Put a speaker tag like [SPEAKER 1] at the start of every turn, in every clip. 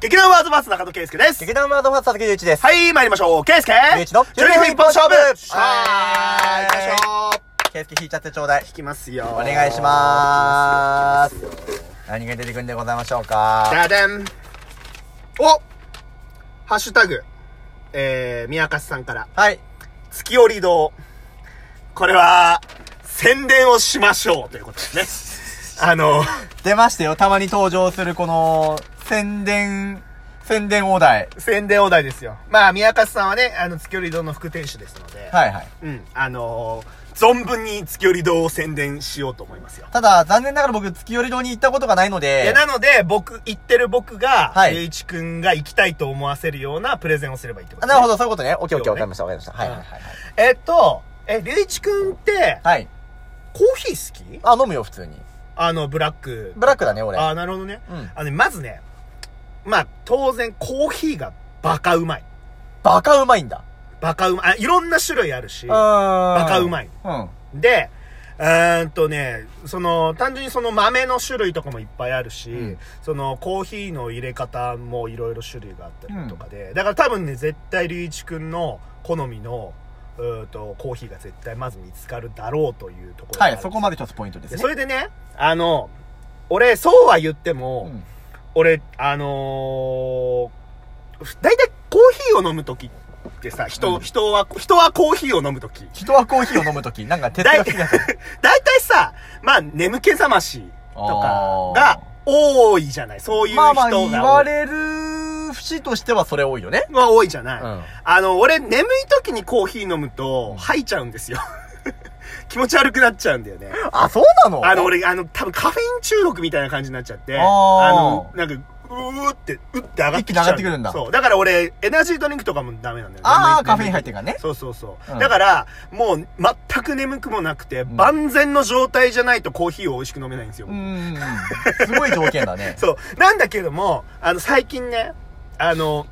[SPEAKER 1] 劇団ワードバース中野圭介です。
[SPEAKER 2] 劇団ワードファースト竹内です。
[SPEAKER 1] はい、参りましょう。圭介
[SPEAKER 2] 竹内の
[SPEAKER 1] 12分一本勝負
[SPEAKER 2] はーい
[SPEAKER 1] はーい、行きましょ。。
[SPEAKER 2] ケースケ引いちゃってちょうだいう
[SPEAKER 1] 引きますよ。
[SPEAKER 2] お願いしまー
[SPEAKER 1] 行
[SPEAKER 2] す
[SPEAKER 1] きますよ。
[SPEAKER 2] 何が出てくるんでございましょうか
[SPEAKER 1] ダダン。おハッシュタグ。えー、宮勝さんから。
[SPEAKER 2] はい。
[SPEAKER 1] 月折堂。これは、宣伝をしましょうということです ね。あの、
[SPEAKER 2] 出ましたよ。たまに登場するこの、宣伝、宣伝お題。
[SPEAKER 1] 宣伝お題ですよ。まあ、宮勝さんはね、あの、月折堂の副店主ですので。
[SPEAKER 2] はいはい。
[SPEAKER 1] うん、あのー存分に月寄堂を宣伝しようと思いますよ。
[SPEAKER 2] ただ、残念ながら僕、月寄り堂に行ったことがないの
[SPEAKER 1] いや
[SPEAKER 2] で、
[SPEAKER 1] なので、僕、行ってる僕が、
[SPEAKER 2] はい
[SPEAKER 1] ゆういちくんが行きたいと思わせるようなプレゼンをすればいいってこ
[SPEAKER 2] あ
[SPEAKER 1] と、
[SPEAKER 2] なるほ
[SPEAKER 1] ど。
[SPEAKER 2] ど、そういうことね。オッケーオッケ
[SPEAKER 1] そ
[SPEAKER 2] ー、
[SPEAKER 1] うね
[SPEAKER 2] わかりました、わかりました。はいはいはい。
[SPEAKER 1] えっと、え、りゅういちくんって、
[SPEAKER 2] はい。
[SPEAKER 1] コーヒー好き
[SPEAKER 2] あ、飲むよ、普通に。
[SPEAKER 1] あの、ブラック。
[SPEAKER 2] ブラックだね、俺。
[SPEAKER 1] あー、なるほどね。
[SPEAKER 2] うん
[SPEAKER 1] あのね、まずね、まあ、当然、コーヒーがバカうまい。
[SPEAKER 2] バカうまいんだ。
[SPEAKER 1] バカうまい。あいろんな種類あるし。
[SPEAKER 2] バ
[SPEAKER 1] カうまい。
[SPEAKER 2] うん。
[SPEAKER 1] で、うーんとね、その、単純にその豆の種類とかもいっぱいあるし、
[SPEAKER 2] うん
[SPEAKER 1] そのコーヒーの入れ方もいろいろ種類があったりとかで、だから多分ね、絶対隆一くんの好みの、うーんと、コーヒーが絶対まず見つかるだろうというところがあ
[SPEAKER 2] は
[SPEAKER 1] る
[SPEAKER 2] い、そこまで一つポイントです
[SPEAKER 1] で
[SPEAKER 2] ね。
[SPEAKER 1] それでね、あの、俺、そうは言って
[SPEAKER 2] う
[SPEAKER 1] も、
[SPEAKER 2] ん
[SPEAKER 1] 俺、あのー、大体コーヒーを飲むときってさ、人、
[SPEAKER 2] うん
[SPEAKER 1] 人は、人はコーヒーを飲むとき。
[SPEAKER 2] 人はコーヒーを飲むとき、なんか哲 学的な。
[SPEAKER 1] 大体さ、まあ、眠気覚ましとかが多いじゃない。そういう人
[SPEAKER 2] ま
[SPEAKER 1] が
[SPEAKER 2] あまあ、
[SPEAKER 1] 多い。
[SPEAKER 2] 言われる節としてはそれ多いよね。
[SPEAKER 1] は多いじゃない。
[SPEAKER 2] うん
[SPEAKER 1] あの、俺、眠い時にコーヒー飲むと、吐いちゃうんですよ。 気持ち悪くなっちゃうんだよね。
[SPEAKER 2] あ、そうなの
[SPEAKER 1] あの、、俺、あの、多分カフェイン中毒みたいな感じになっちゃって、
[SPEAKER 2] あー
[SPEAKER 1] の、なんか、うーって、うって上がってきちゃう。
[SPEAKER 2] 一気に上がってくるんだ
[SPEAKER 1] そう。だから俺、エナジードリンクとかもダメなんだよ
[SPEAKER 2] あー
[SPEAKER 1] 眠い
[SPEAKER 2] カフェイン入ってるからね
[SPEAKER 1] そうそうそう。
[SPEAKER 2] うん
[SPEAKER 1] だから、もう、全く眠くもなくて、
[SPEAKER 2] ん
[SPEAKER 1] 万全の状態じゃないとコーヒーを美味しく飲めないんですよ。
[SPEAKER 2] うーん。すごい条件だね。
[SPEAKER 1] そう。なんだけども、あの、最近ね、あの、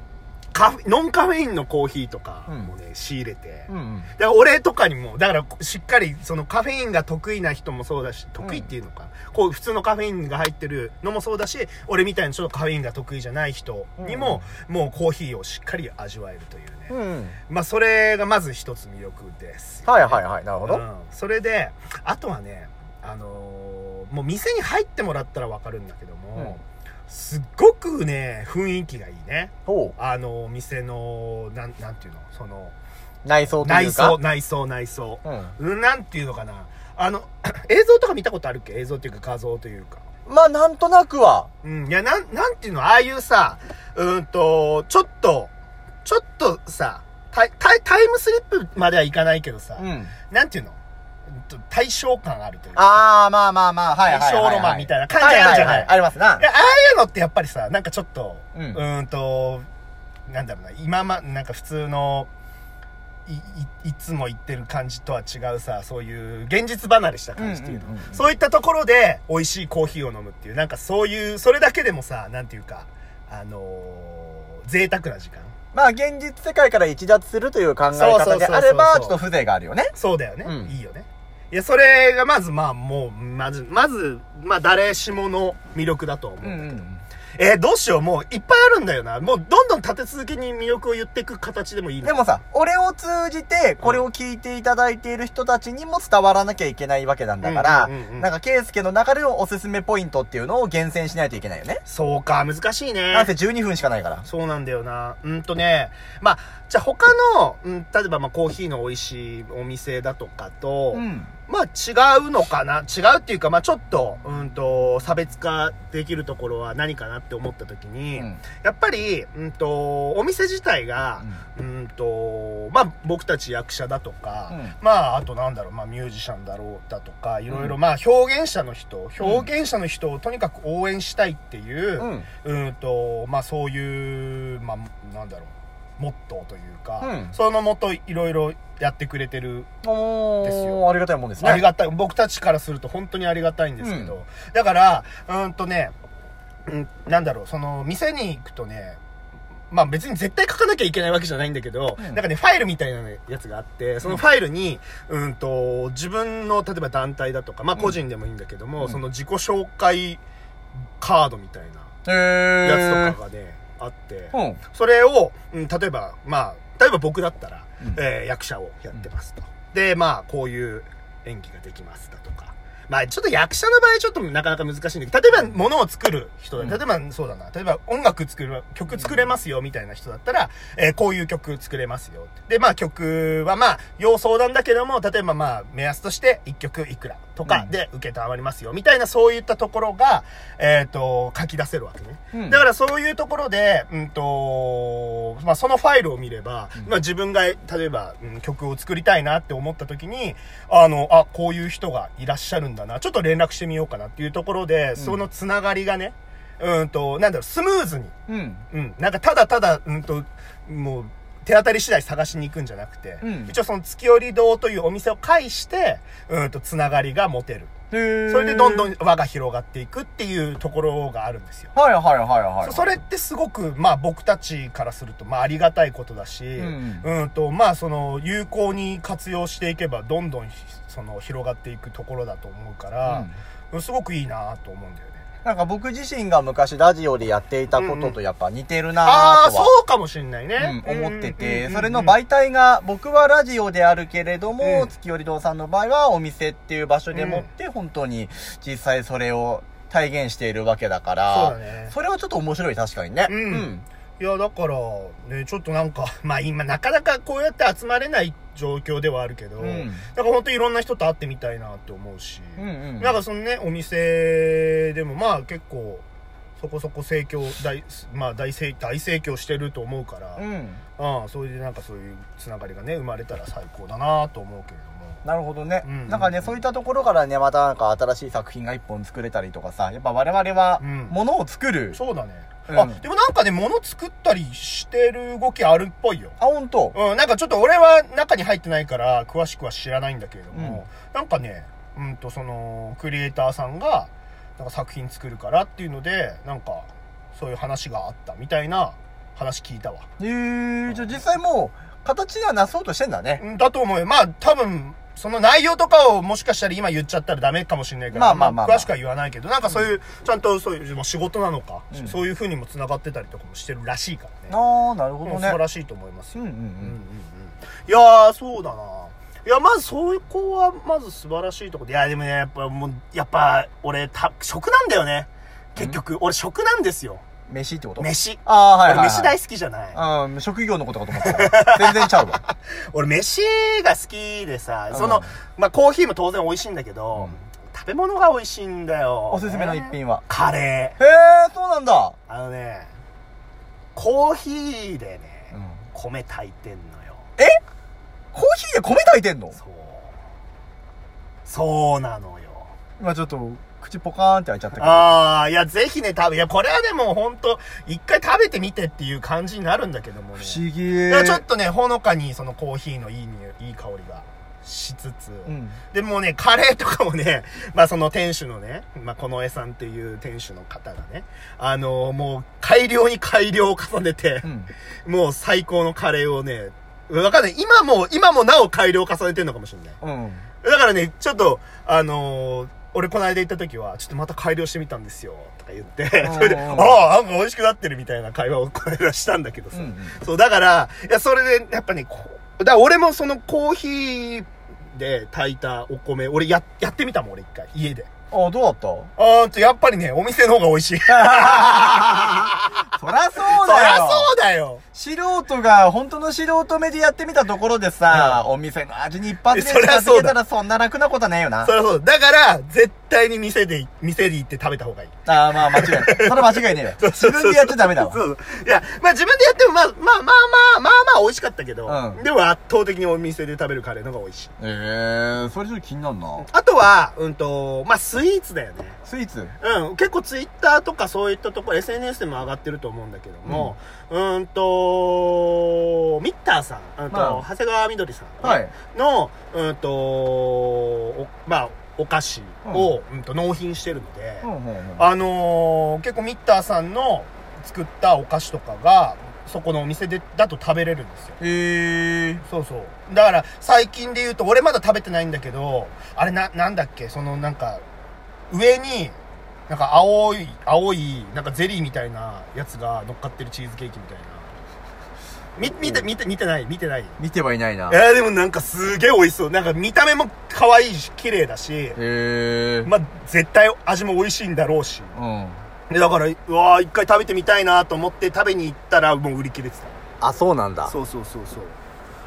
[SPEAKER 1] カフェ、ノンカフェインのコーヒーとかもね、仕入れて、
[SPEAKER 2] うんうん。
[SPEAKER 1] だから俺とかにも、だからしっかりそのカフェインが得意な人もそうだし、得意っていうのか、こう普通のカフェインが入ってるのもそうだし、俺みたいにちょっとカフェインが得意じゃない人にも、もうコーヒーをしっかり味わえるというね。
[SPEAKER 2] うん。
[SPEAKER 1] まあそれがまず一つ魅力です。
[SPEAKER 2] はいはいはい、なるほ
[SPEAKER 1] う
[SPEAKER 2] ど。
[SPEAKER 1] ん、それで、あとはね、あのーもう店に入ってもらったらわかるんだけども、すっごくね、雰囲気がいいね。
[SPEAKER 2] おう
[SPEAKER 1] あの、お店の、なん、なんていうのその、
[SPEAKER 2] 内装と
[SPEAKER 1] 内
[SPEAKER 2] いうか。
[SPEAKER 1] 装、内装、内装。
[SPEAKER 2] うん。
[SPEAKER 1] うんなんていうのかな。あの、 映像とか見たことあるっけ映像っていうか画像というか。
[SPEAKER 2] まあ、なんとなくは。
[SPEAKER 1] うん。いや、なん、なんていうのああいうさ、うーんと、ちょっと、ちょっとさ、タイ、タイ、タイムスリップまではいかないけどさ、
[SPEAKER 2] うん。
[SPEAKER 1] なんていうのうんと対象感あるというか。
[SPEAKER 2] あー、まあまあまあ、はいはいはいはい。
[SPEAKER 1] 大正ロマンみたいな感じあるじゃない。
[SPEAKER 2] はははありますない
[SPEAKER 1] やああいうのってやっぱりさ、なんかちょっと、
[SPEAKER 2] うん
[SPEAKER 1] うーんと、なんだろうな、今ま、なんか普通の、い、い、いつも言ってる感じとは違うさ、そういう現実離れした感じっていうの。
[SPEAKER 2] うんうんうんうん
[SPEAKER 1] そういったところで美味しいコーヒーを飲むっていう、なんかそういう、それだけでもさ、なんていうか、あのー贅沢な時間。
[SPEAKER 2] まあ、現実世界から逸脱するという考え方であれば、
[SPEAKER 1] そうそうそうそう
[SPEAKER 2] ちょっと風情があるよね。
[SPEAKER 1] そうだよね。
[SPEAKER 2] うん
[SPEAKER 1] いいよね。いや、それがまず、まあもう、まず、まず、まあ誰しもの魅力だと思うんだけど。えーどうしよう、もういっぱいあるんだよな。もうどんどん立て続けに魅力を言っていく形でもいいの
[SPEAKER 2] でもさ、俺を通じて、これを聞いていただいている人たちにも伝わらなきゃいけないわけなんだから、
[SPEAKER 1] うんうんうんうん
[SPEAKER 2] なんか、ケイスケの中でのおすすめポイントっていうのを厳選しないといけないよね。
[SPEAKER 1] そうか、難しい
[SPEAKER 2] なん
[SPEAKER 1] ね
[SPEAKER 2] せ。12分しかないから。
[SPEAKER 1] そうなんだよな。うんとね、まあ、じゃあ他の、うん、例えばまあコーヒーの美味しいお店だとかと、
[SPEAKER 2] うん。
[SPEAKER 1] まあ違うのかな違うっていうか、まあちょっと、うんと、差別化できるところは何かなって思った時
[SPEAKER 2] う
[SPEAKER 1] に、
[SPEAKER 2] ん。
[SPEAKER 1] やっぱり、うんと、お店自体が、うんと、まあ、僕たち役者だとか、
[SPEAKER 2] う
[SPEAKER 1] まあ、あとなんだろう、まあ、ミュージシャンだろうだとか、いろいろ、
[SPEAKER 2] うん
[SPEAKER 1] まあ、表現者の人、表現者の人をとにかく応援したいっていう、
[SPEAKER 2] うん。
[SPEAKER 1] うん、と、まあ、そういう、まあ、なんだろう、モットーというか、
[SPEAKER 2] うん
[SPEAKER 1] そのもといろいろやってくれてる、
[SPEAKER 2] お
[SPEAKER 1] です
[SPEAKER 2] ー、
[SPEAKER 1] よ
[SPEAKER 2] ありがたいもんですね。
[SPEAKER 1] ありがたい、僕たちからすると本当にありがたいんですけど、だから、うんとね、うん、なんだろう、その、店に行くとね、まあ別に絶対書かなきゃいけないわけじゃないんだけど、
[SPEAKER 2] うん
[SPEAKER 1] なんかね、ファイルみたいなやつがあって、そのファイルに、うんと、自分の、例えば団体だとか、まあ個人でもいいんだけども、
[SPEAKER 2] うん
[SPEAKER 1] その自己紹介カードみたいな
[SPEAKER 2] へー。
[SPEAKER 1] やつとかがね、あって、
[SPEAKER 2] うん。
[SPEAKER 1] それを、うん例えば、まあ、例えば僕だったら、
[SPEAKER 2] うん
[SPEAKER 1] えー役者をやってますと。で、まあ、こういう演技ができますだとか。まあ、ちょっと役者の場合ちょっとなかなか難しいんだけど、例えば物を作る人だ、
[SPEAKER 2] うん
[SPEAKER 1] 例えばそうだな、例えば音楽作る、曲作れますよみたいな人だったら、えーこういう曲作れますよって。で、まあ曲はまあ、要相談だけども、例えばまあ、目安として1曲いくらとかで受けたまりますよみたいな、そういったところが、えっ、と、書き出せるわけね。
[SPEAKER 2] うん
[SPEAKER 1] だからそういうところで、うんとまあ、そのファイルを見れば、
[SPEAKER 2] うん
[SPEAKER 1] まあ、自分が例えば、うん曲を作りたいなって思った時にあのあこういう人がいらっしゃるんだなちょっと連絡してみようかなっていうところで、そのつながりがねうんとなんだろうスムーズに、
[SPEAKER 2] うん。
[SPEAKER 1] うん、なんかただただ、うん、ともう手当たり次第探しに行くんじゃなくて、
[SPEAKER 2] うん
[SPEAKER 1] 一応その月夜堂というお店を介して、うん、とつながりが持てる
[SPEAKER 2] それ
[SPEAKER 1] それでどんどん。輪が広がっていくっていうところがあるんですよ。
[SPEAKER 2] はいはいはいはい。
[SPEAKER 1] そそれってすごく、まあ、僕たちからすると、まあ、ありがたいことだし、
[SPEAKER 2] う
[SPEAKER 1] うん
[SPEAKER 2] ん。
[SPEAKER 1] とまあ、その有効に活用していけばどんどんひその広がっていくところだと思うから、すごくいいなと思うんだよね。
[SPEAKER 2] なんか僕自身が昔ラジオでやっていたこ
[SPEAKER 1] うんう
[SPEAKER 2] と
[SPEAKER 1] ん
[SPEAKER 2] とやっぱ似てる
[SPEAKER 1] あ
[SPEAKER 2] な
[SPEAKER 1] あー
[SPEAKER 2] と
[SPEAKER 1] そ
[SPEAKER 2] は、
[SPEAKER 1] うかもしんないね、
[SPEAKER 2] うん思っ
[SPEAKER 1] うんう
[SPEAKER 2] て
[SPEAKER 1] んうん
[SPEAKER 2] て
[SPEAKER 1] う、ん
[SPEAKER 2] それの媒体が、僕はラジオであるけれど
[SPEAKER 1] う
[SPEAKER 2] も、
[SPEAKER 1] ん
[SPEAKER 2] 月寄堂さんの場合はお店っていう場所でもって、本当に実際それを体現しているわけだ
[SPEAKER 1] そ
[SPEAKER 2] か
[SPEAKER 1] うだ
[SPEAKER 2] ら、
[SPEAKER 1] ね
[SPEAKER 2] それはちょっと面白い確かにね。
[SPEAKER 1] うんいやだからねちょっとなんか まあ今なかなかこうやって集まれない状況ではあるけど、
[SPEAKER 2] うん。うん。
[SPEAKER 1] なんか本当にいろんな人と会ってみたいなって思うし、
[SPEAKER 2] うんうん。
[SPEAKER 1] なんかそのね、お店でもまあ結構、そこそこ盛況、大、まあ大盛、大盛況してると思うから、
[SPEAKER 2] う
[SPEAKER 1] うん、
[SPEAKER 2] ん。
[SPEAKER 1] それでなんかそういうつながりがね、生まれたら最高だなと思うけれども。
[SPEAKER 2] なるほどね、
[SPEAKER 1] うん
[SPEAKER 2] なんかねそういったところからねまたなんか新しい作品が一本作れたりとかさやっぱ我々は
[SPEAKER 1] うん
[SPEAKER 2] ものを作る、
[SPEAKER 1] そうだね。
[SPEAKER 2] うん
[SPEAKER 1] あ、でもなんかね、物作ったりしてる動きあるっぽいよ。
[SPEAKER 2] あ本当
[SPEAKER 1] うん、なんかちょっと俺は中に入ってないから、詳しくは知らないんだけれども、なんかね、うんとその、クリエイターさんが、なんか作品作るからっていうので、なんか、そういう話があったみたいな話聞いたわ。
[SPEAKER 2] へえじゃあ実際もう形にはなそうとしてんだね、
[SPEAKER 1] うんだと思うよ。まあ、多分、その内容とかをもしかしたら今言っちゃったらダメかもしれないから、
[SPEAKER 2] まあまあまあまあ
[SPEAKER 1] 詳しくは言わないけど、なんかそういう、ちゃんとそういう、もう仕事なのか、
[SPEAKER 2] うん
[SPEAKER 1] そういう風にも繋がってたりとかもしてるらしいからね。
[SPEAKER 2] ああなるほ
[SPEAKER 1] うん
[SPEAKER 2] ど
[SPEAKER 1] 素
[SPEAKER 2] ね
[SPEAKER 1] 晴らしいと思います
[SPEAKER 2] うん
[SPEAKER 1] よ。
[SPEAKER 2] うんう
[SPEAKER 1] うんうんうん
[SPEAKER 2] ん
[SPEAKER 1] いやー、そうだな。いや、まず、そうこは、まず素晴らしいとこで。いや、でもね、やっぱ、もう、やっぱ、俺、た、食なんだよね。結局、俺、食なんですよ。
[SPEAKER 2] 飯ってこと
[SPEAKER 1] 飯。
[SPEAKER 2] ああはいはい、
[SPEAKER 1] 俺、
[SPEAKER 2] はい、
[SPEAKER 1] 飯大好きじゃない。
[SPEAKER 2] うん職業のことかと思った全然ちゃう わ
[SPEAKER 1] 俺、飯が好きでさ、そうの
[SPEAKER 2] ん、
[SPEAKER 1] まあ、コーヒーも当然美味しいんだけど、
[SPEAKER 2] うん
[SPEAKER 1] 食べ物が美味しいんだよ。
[SPEAKER 2] おすすめの一品は
[SPEAKER 1] カレー。
[SPEAKER 2] へえそうなんだ、
[SPEAKER 1] あのね、コーヒーでね、
[SPEAKER 2] うん、
[SPEAKER 1] 米炊いてんのよ。
[SPEAKER 2] コーヒーで米炊いてんの
[SPEAKER 1] そう。そうなのよ。
[SPEAKER 2] 今ちょっと口ポカーンって開いちゃったけど
[SPEAKER 1] ああ、いや、ぜひね、食べ、いや、これはでも本当一回食べてみてっていう感じになるんだけどもね。
[SPEAKER 2] 不思議
[SPEAKER 1] いや、ちょっとね、ほのかにそのコーヒーのいい匂い、いい香りがしつつ、
[SPEAKER 2] うん
[SPEAKER 1] でもうね、カレーとかもね、 まあその店主のね、まあこのえさんっていう店主の方がね、あのーもう改良に改良を重ねて
[SPEAKER 2] う、ん
[SPEAKER 1] もう最高のカレーをね、わかんない。今も、今もなお改良を重ねてるのかもしれない。
[SPEAKER 2] うん
[SPEAKER 1] だからね、ちょっと、あのー俺この間行った時は、ちょっとまた改良してみたんですよ、とか言って、
[SPEAKER 2] ん
[SPEAKER 1] それで、ああ、なんか美味しくなってるみたいな会話をこの間したんだ けどさ。
[SPEAKER 2] うんうん
[SPEAKER 1] そう、だから、いや、それで、やっぱね、こうだから俺もそのコーヒーで炊いたお米、俺や、やってみたもん、俺一回、家で。
[SPEAKER 2] あ、どうだった
[SPEAKER 1] あーんと、やっぱりね、お店の方が美味 しい。そり
[SPEAKER 2] そらそうだ
[SPEAKER 1] ゃ
[SPEAKER 2] よ
[SPEAKER 1] そうだよ
[SPEAKER 2] 素人が、本当の素人目でやってみたところでさ、お店の味に一発で
[SPEAKER 1] そりゃ
[SPEAKER 2] 近
[SPEAKER 1] そ
[SPEAKER 2] づ
[SPEAKER 1] う
[SPEAKER 2] け
[SPEAKER 1] だ
[SPEAKER 2] たらそんな楽なことはないよな。
[SPEAKER 1] そりゃそうだ。だから、絶対に店で、店で行って食べた方がいい。
[SPEAKER 2] ああ、まあ間違いない。それは間違いねえよ。自分でやっちゃダメだ
[SPEAKER 1] そ
[SPEAKER 2] わ。
[SPEAKER 1] うそういや、まあ自分でやっても、まあ、まあまあまあ、まあまあ美味しかったけど、
[SPEAKER 2] うん
[SPEAKER 1] でも圧倒的にお店で食べるカレーの方が美味しい。
[SPEAKER 2] ええそれちょっと気になるな。
[SPEAKER 1] あとは、うんと、まあスイーツだよね。
[SPEAKER 2] スイーツ
[SPEAKER 1] うん、結構ツイッターとかそういったところ、SNS でも上がってると思うんだけども、うーんと、ミッターさん、うんと
[SPEAKER 2] まあ
[SPEAKER 1] 長谷川みどりさん
[SPEAKER 2] は
[SPEAKER 1] ね
[SPEAKER 2] い。
[SPEAKER 1] の、うんと、おまあ、お菓子を、うんと納品してるので、
[SPEAKER 2] うんうんうん。
[SPEAKER 1] あのー結構ミッターさんの作ったお菓子とかが、そこのお店で、だと食べれるんですよ。
[SPEAKER 2] へえ
[SPEAKER 1] そうそう。だから、最近で言うと、俺まだ食べてないんだけど、あれな、なんだっけそのなんか、上に、なんか青い青いなんかゼリーみたいなやつが乗っかってるチーズケーキみたいなみ見て見て見てない見てない
[SPEAKER 2] 見てはいないない
[SPEAKER 1] やでもなんかすげえ美味しそうなんか見た目も可愛いし綺麗だし
[SPEAKER 2] へえ
[SPEAKER 1] まあ絶対味も美味しいんだろうし
[SPEAKER 2] うん
[SPEAKER 1] でだからうわー一回食べてみたいなと思って食べに行ったらもう売り切れて
[SPEAKER 2] あそうなん
[SPEAKER 1] た
[SPEAKER 2] だ
[SPEAKER 1] そうそうそうそう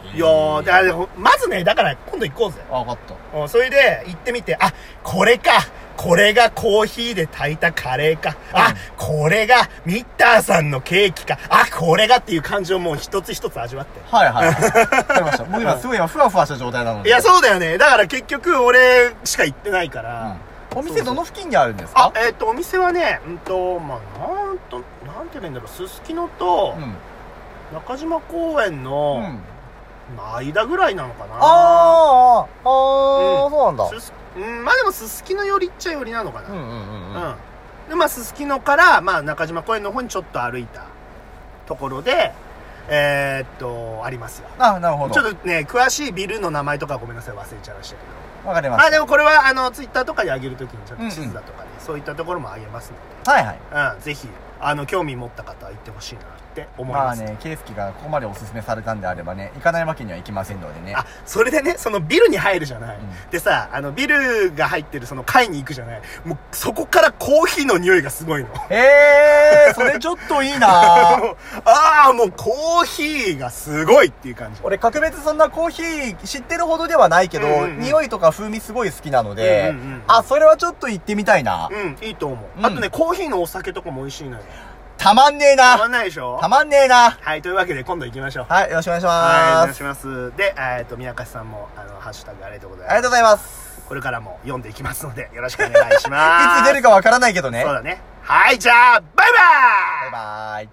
[SPEAKER 2] へー
[SPEAKER 1] いやーであれまずねだから今度行こうぜ
[SPEAKER 2] あ分かった
[SPEAKER 1] うんそれで行ってみて、あ、これか。これがコーヒーで炊いたカレーか。あ、これがミッターさんのケーキか。あ、これがっていう感情をもう一つ一つ味わって。
[SPEAKER 2] はいはいはいわかりま した僕今すごい今ふわふわした状態なので
[SPEAKER 1] いや、そうだよね。だから結局俺しか行ってないか
[SPEAKER 2] う
[SPEAKER 1] ら。
[SPEAKER 2] んお店どの付近にあるんです
[SPEAKER 1] あ
[SPEAKER 2] か、
[SPEAKER 1] えっ、と、お店はね、うんと、まあ、なんと、なんて言えばいいんだろう。すすきのと
[SPEAKER 2] うん
[SPEAKER 1] 中島公園
[SPEAKER 2] う
[SPEAKER 1] の
[SPEAKER 2] ん
[SPEAKER 1] 間ぐらいなのかな。
[SPEAKER 2] あーあー
[SPEAKER 1] う
[SPEAKER 2] あー、
[SPEAKER 1] ん
[SPEAKER 2] そうなんだ
[SPEAKER 1] すすうん、まあでもすすきの寄りっちゃ寄りなのかな。
[SPEAKER 2] うんうんうんうん
[SPEAKER 1] うん、でまあすすきのから、まあ、中島公園の方にちょっと歩いたところでえーっとありますよ
[SPEAKER 2] あなるほど
[SPEAKER 1] ちょっとね詳しいビルの名前とかごめんなさい忘れちゃいましたけど
[SPEAKER 2] わかりま
[SPEAKER 1] まあ
[SPEAKER 2] し
[SPEAKER 1] でもこれはあのツイッターとかに上げるときにちょっと地図だとかね、そういったところも上げますの
[SPEAKER 2] たはいはい
[SPEAKER 1] で、うん、ぜひあの興味持った方は行ってほしいなって思い
[SPEAKER 2] ま
[SPEAKER 1] ま
[SPEAKER 2] あ
[SPEAKER 1] す、
[SPEAKER 2] ね圭介がここまでおすすめされたんであればね行かないわけにはいきませんのでね
[SPEAKER 1] あそれでねそのビルに入るじゃない、
[SPEAKER 2] うん
[SPEAKER 1] でさあのビルが入ってるその階に行くじゃないもうそこからコーヒーの匂いがすごいの
[SPEAKER 2] えー、それちょっといいな
[SPEAKER 1] もうああ、もうコーヒーがすごいっていう感じ。
[SPEAKER 2] 俺、格別そんなコーヒー知ってるほどではないけど、
[SPEAKER 1] うんうんうん
[SPEAKER 2] 匂いとか風味すごい好きなので、
[SPEAKER 1] うんうんうん
[SPEAKER 2] あ、それはちょっと行ってみたいな。
[SPEAKER 1] うん、いいと思う。
[SPEAKER 2] うん
[SPEAKER 1] あとね、コーヒーのお酒とかも美味しいのよ。
[SPEAKER 2] たまんねえ
[SPEAKER 1] たま
[SPEAKER 2] な。
[SPEAKER 1] んないでしょ
[SPEAKER 2] たまんねえな。
[SPEAKER 1] はい、というわけで今度行きましょう。
[SPEAKER 2] はい、よろしくお願いし
[SPEAKER 1] はい、お
[SPEAKER 2] ま
[SPEAKER 1] 願い
[SPEAKER 2] す。
[SPEAKER 1] します。で、えっと、宮川さんも、あの、ハッシュタグありがとうござい
[SPEAKER 2] あり
[SPEAKER 1] ます。
[SPEAKER 2] がとうございます。
[SPEAKER 1] これからも読んでいきますので、よろしくお願いします。
[SPEAKER 2] いつ出るかわからないけどね。
[SPEAKER 1] そうだね。はい、じゃあ、バイバーイ
[SPEAKER 2] バイバーイ。